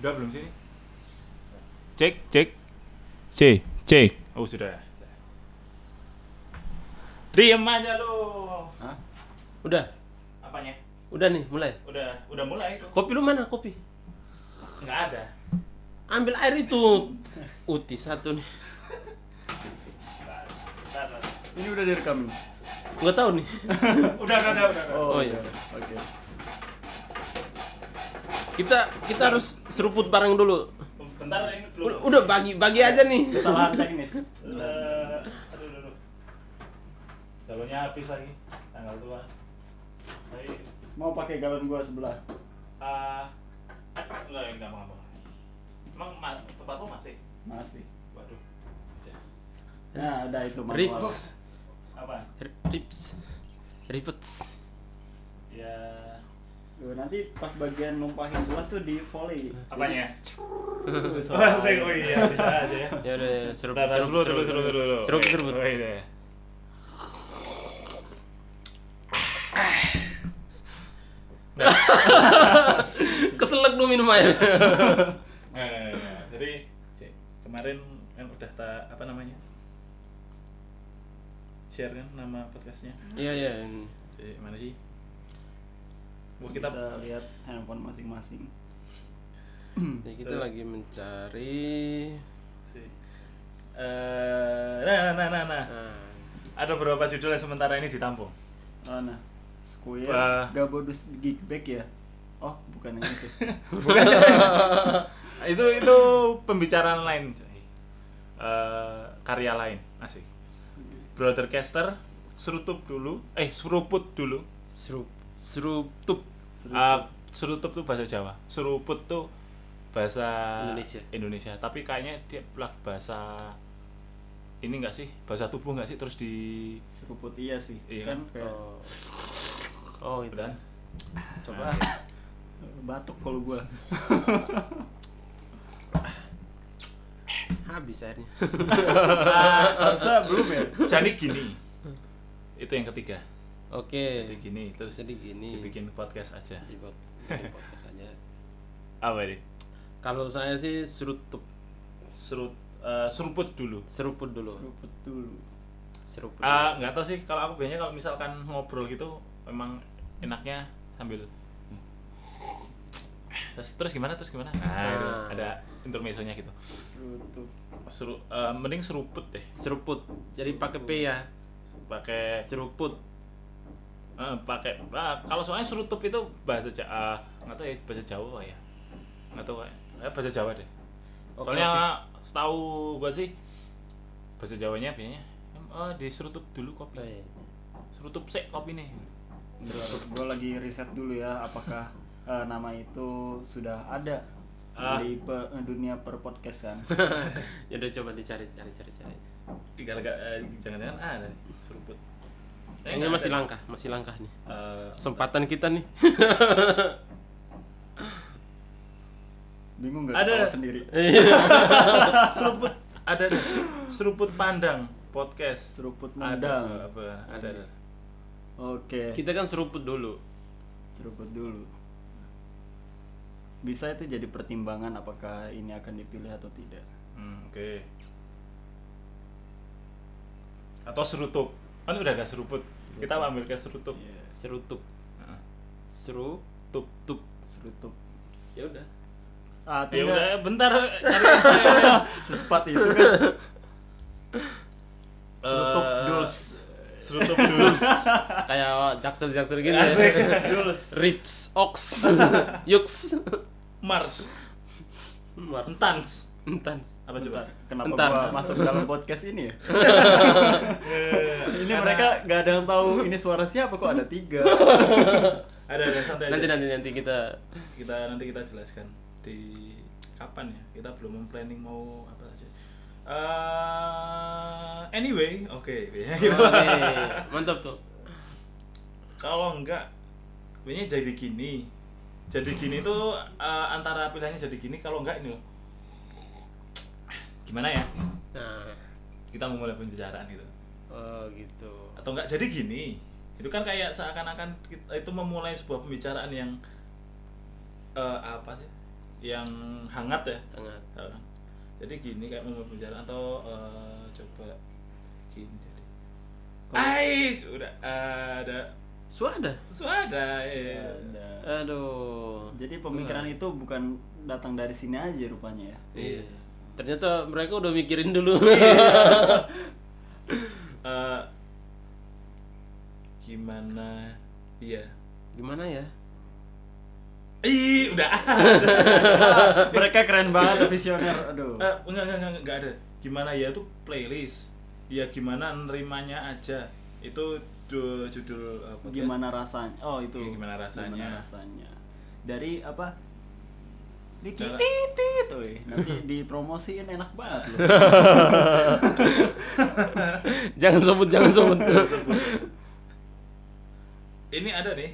Udah belum sini? Cek, cek. C, C. Oh, sudah. Diem aja lo. Udah, Apanya? udah nih mulai. Udah, udah mulai itu. Kopi lu mana kopi? Enggak ada. Ambil air itu. Uti satu nih. Bentar, bentar. Ini udah direkam nih. Gua tahu nih. Udah, udah, udah, udah. udah. Oh, iya. Oke. Kita kita harus seruput barang dulu. Oh. Bentar ini belum. U- Udah bagi bagi aja nih. Kesalahan teknis. Eh, aduh, aduh, aduh. Galonnya habis lagi. Tanggal tua. Tapi Mau pakai galon gua sebelah. ah enggak enggak apa-apa. Emang ma- tempat lo masih? Masih. Waduh. Nah, ada itu manual. Rips. Apa? R- Rips. Ripets. Ya Tuh, nanti pas bagian numpahin gelas tuh di volley. apanya? Tuh, Oh, soalnya. sih, oh iya, bisa aja ya. Ya udah, ya udah, serup Bentar, serup seru, seru, seru, seru. Serup Oke, serup. oke, deh. Keselak lu minum air. Nah, nah, nah, nah. Jadi kemarin kan udah tak apa namanya? Share kan nama podcastnya. Iya iya. Jadi, mana sih? Wah, kita Kita bisa lihat handphone masing-masing. Ya, kita lagi mencari Si. Eh, nah, nah, nah, nah. nah, Ada beberapa judul yang sementara ini ditampung. Oh, nah. Square Wah. Gabodus Gigback ya. Oh, bukan yang itu. ah. itu itu pembicaraan lain coy. Eh, karya lain asik broadcaster serutup dulu eh seruput dulu serup serutup Ah, serutup tuh bahasa Jawa seruput tuh bahasa Indonesia. Indonesia. tapi kayaknya dia plak bahasa ini enggak sih bahasa tubuh enggak sih terus di Seruput iya sih. Iya. Kan kayak Oh. Oh, itu. Udah. Nah, Coba. Oh. batuk kalau gua. iya. Habis airnya. Ah, Harusnya belum ya? jadi gini itu yang ketiga Oke. jadi gitu gini terus Jadi gini. dibikin podcast aja Dibuat bikin podcast aja. apa ini Kalau saya sih serutup serut eh, seruput dulu seruput dulu. Seruput dulu. Seruput. Ah, nggak tahu sih kalau aku biasanya kalau misalkan ngobrol gitu memang enaknya sambil hmm. terus terus gimana terus gimana nah, itu Ah. ada intermezzonya gitu Seruput. seru eh, mending seruput deh Seruput. Jadi pakai P ya. pakai Seruput. eh, pakai ah, kalau soalnya serutup itu bahasa Jawa nggak tahu ya bahasa Jawa ya nggak tahu eh, bahasa Jawa deh Oke, soalnya setahu gua sih bahasa Jawanya biasanya eh, diserutup dulu kopi Eh, serutup sih kopi nih Terus gue lagi riset dulu ya apakah eh, nama itu sudah ada Ah. di pe- eh, dunia per podcast kan. ya udah coba dicari cari cari cari. gara-gara eh, jangan-jangan ada nih seruput Eh, Ini nggak masih ada. langkah, masih langkah nih. Eh, Kesempatan kita nih. Bingung gak Ada. Eh. ada sendiri. seruput ada nih. seruput pandang podcast Seruput ada nada. apa ada ada Oke. Kita kan seruput dulu. Seruput dulu. Bisa itu jadi pertimbangan apakah ini akan dipilih atau tidak. Hmm, oke atau serutup kan udah ada seruput kita ambil ke serutup Iya. Serutup. Heeh. Seru tup tup. Serutup. Ya udah. Ah, ya tidak. udah bentar cari Secepat itu kan. Eh, serutup duls. Eh, serutup duls Kayak jaksel-jaksel gitu Asik. ya. Rips ox. Yuks. mars Mars. entans Entans. apa coba Bentar, Kenapa Bentar. gua masuk dalam podcast ini ya? Eh, ini Karena- mereka gak ada yang tahu ini suara siapa kok ada tiga. ada ada santai aja. Nanti nanti nanti kita kita nanti kita jelaskan di kapan ya kita belum memplanning mau apa aja Eh, anyway oke Gitu. Oke, iya, mantap tuh. kalau enggak ini jadi gini jadi gini tuh eh, antara pilihannya jadi gini kalau enggak ini loh gimana ya Nah, kita memulai pembicaraan gitu oh gitu. atau enggak jadi gini itu kan kayak seakan-akan kita- itu memulai sebuah pembicaraan yang eh, apa sih yang hangat ya Tengah. Tahu kan? jadi gini kayak mau pembicaraan atau eh, coba gini jadi Ais udah ada Suada. suada Iya, ya. Ada. Aduh. Jadi pemikiran itu bukan datang dari sini aja rupanya ya. Iya. Ternyata mereka udah mikirin dulu. Iya. Eh, gimana iya Gimana ya? ih udah Mereka keren banget visioner. Aduh. Eh, enggak, enggak, enggak, enggak ada. Gimana ya itu playlist. Ya gimana nerimanya aja. Itu ju- judul apa? Gimana rasanya? Oh, itu. Iya, gimana rasanya. Gimana rasanya. Dari apa? Dikit Cara- titit, woi. Nanti dipromosiin enak banget loh. jangan sebut, jangan sebut. Ini ada nih.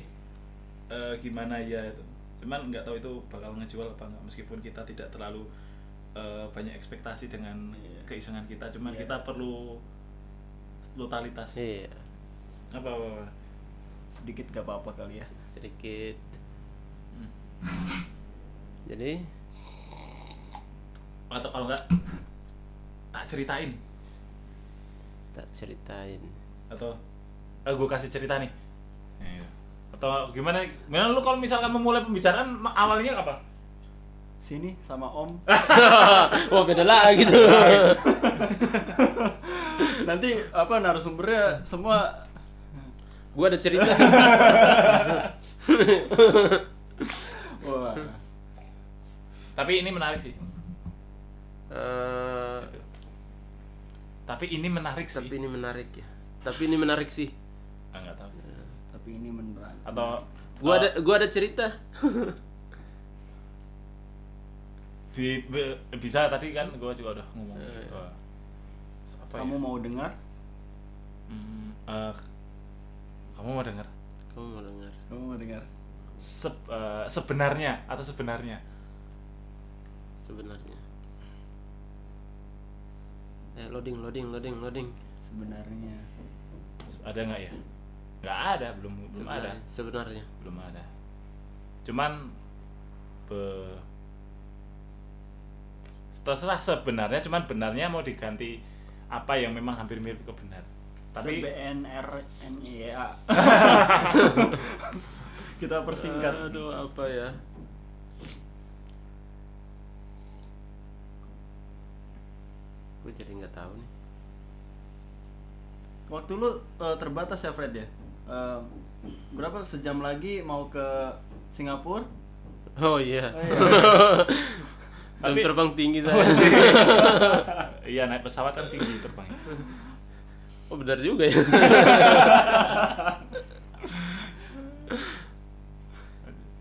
Eh, gimana ya itu. Cuman nggak tahu itu bakal ngejual apa enggak meskipun kita tidak terlalu eh, banyak ekspektasi dengan keisengan kita. Cuman Iya. kita perlu totalitas. Iya. Apa apa. apa. Sedikit gak apa-apa kali ya. Sedikit. Hmm. Jadi, Atau kalau enggak tak ceritain tak ceritain. atau eh, gue kasih cerita nih atau gimana gimana lu kalau misalkan memulai pembicaraan ma- awalnya apa Sini sama Om. Wah, beda lagi gitu. Nanti apa Iya. narasumbernya semua Gua ada cerita. wah. tapi ini menarik sih Eh, tapi ini menarik sih tapi ini menarik ya. Tapi ini menarik sih. Ah, nggak tahu sih Tapi ini menerang. atau Iya. Gua ada gua ada cerita. di- be- bisa tadi kan gue juga udah ngomong Eh. Wah. So, apa Kamu ya? mau dengar? Hmm, eh, kamu mau dengar Kamu mau dengar? Kamu mau dengar? Se- eh, sebenarnya atau sebenarnya sebenarnya eh loading loading loading loading Sebenarnya ada nggak ya nggak ada belum belum ada sebenarnya, sebenarnya belum ada cuman be- terserah sebenarnya cuman benarnya mau diganti apa yang memang hampir mirip ke benar tapi BNRNIA. Kita persingkat. aduh apa ya gue jadi nggak tahu nih Waktu lu eh, terbatas ya Fred ya. Eh, berapa sejam lagi mau ke Singapura? oh iya Oh, iya. jam Tapi- terbang tinggi saya iya naik pesawat kan tinggi terbang oh benar juga ya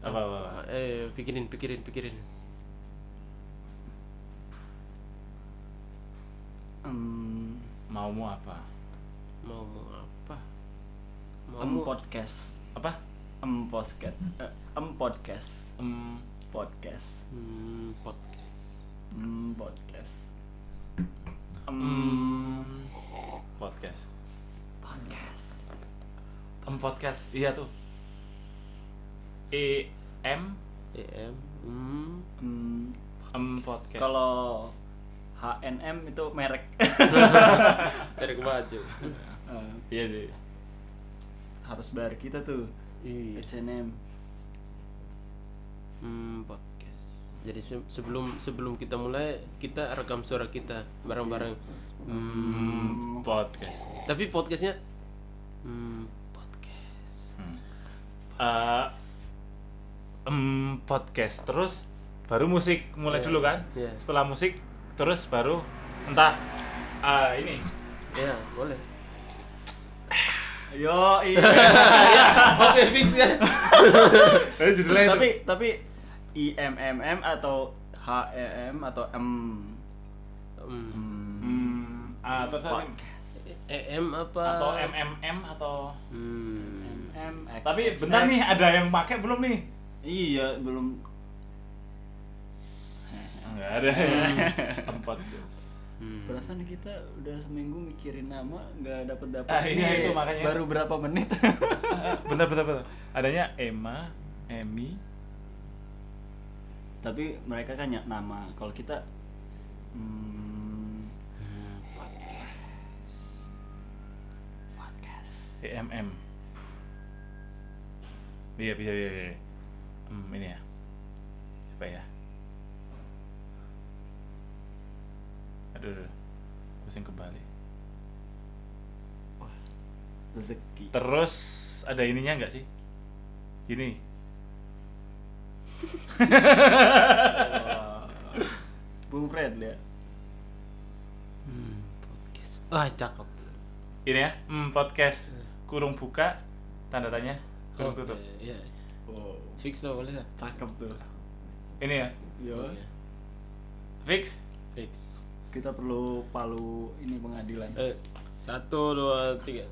apa apa, apa. eh pikirin pikirin pikirin Hmm, maumu apa mau mau apa mau em mau- podcast. apa Em podcast. Eh, em podcast. Em, Podcast. Hmm, podcast Em podcast. Em em, podcast podcast. em podcast iya tuh e m em hmm. Em em podcast kalau HNM itu merek. dari baju Eh, iya sih harus bayar kita tuh. iya H&M Hmm, podcast. Jadi se- sebelum sebelum kita mulai kita rekam suara kita bareng-bareng. Hmm, Em, podcast tapi podcastnya hmm, podcast. eh em, podcast terus baru musik mulai Iya, dulu kan iya. setelah musik terus baru entah ah, ini Ya boleh. Yo iya. Oke fix ya. tapi tapi IMMM atau HEM atau M Hmm, Hmm, ah, terus apa? em apa? atau mmm atau Hmm. M X, tapi X, bentar X. nih ada yang pakai belum nih Iya belum nggak ada Em, podcast hmm. perasaan kita udah seminggu mikirin nama nggak dapet dapet Ah, iya, itu makanya. baru berapa menit Eh, bentar bentar bentar adanya Emma Emmy tapi mereka kan ya- nama kalau kita hmm, podcast EMM. Iya, bisa, bisa, bisa. Hmm, ini ya. Coba ya. Aduh, aduh. Pusing kembali. rezeki Terus ada ininya nggak sih? Gini. Bung Fred ya Hmm, podcast. Wah, cakep. Ini ya, hmm, podcast kurung buka tanda tanya kurung tutup. Iya. wow Fix lah boleh lah. cakep tuh Ini ya, yo Iya, fix. Fix. kita perlu palu ini pengadilan Eh, satu, dua, tiga.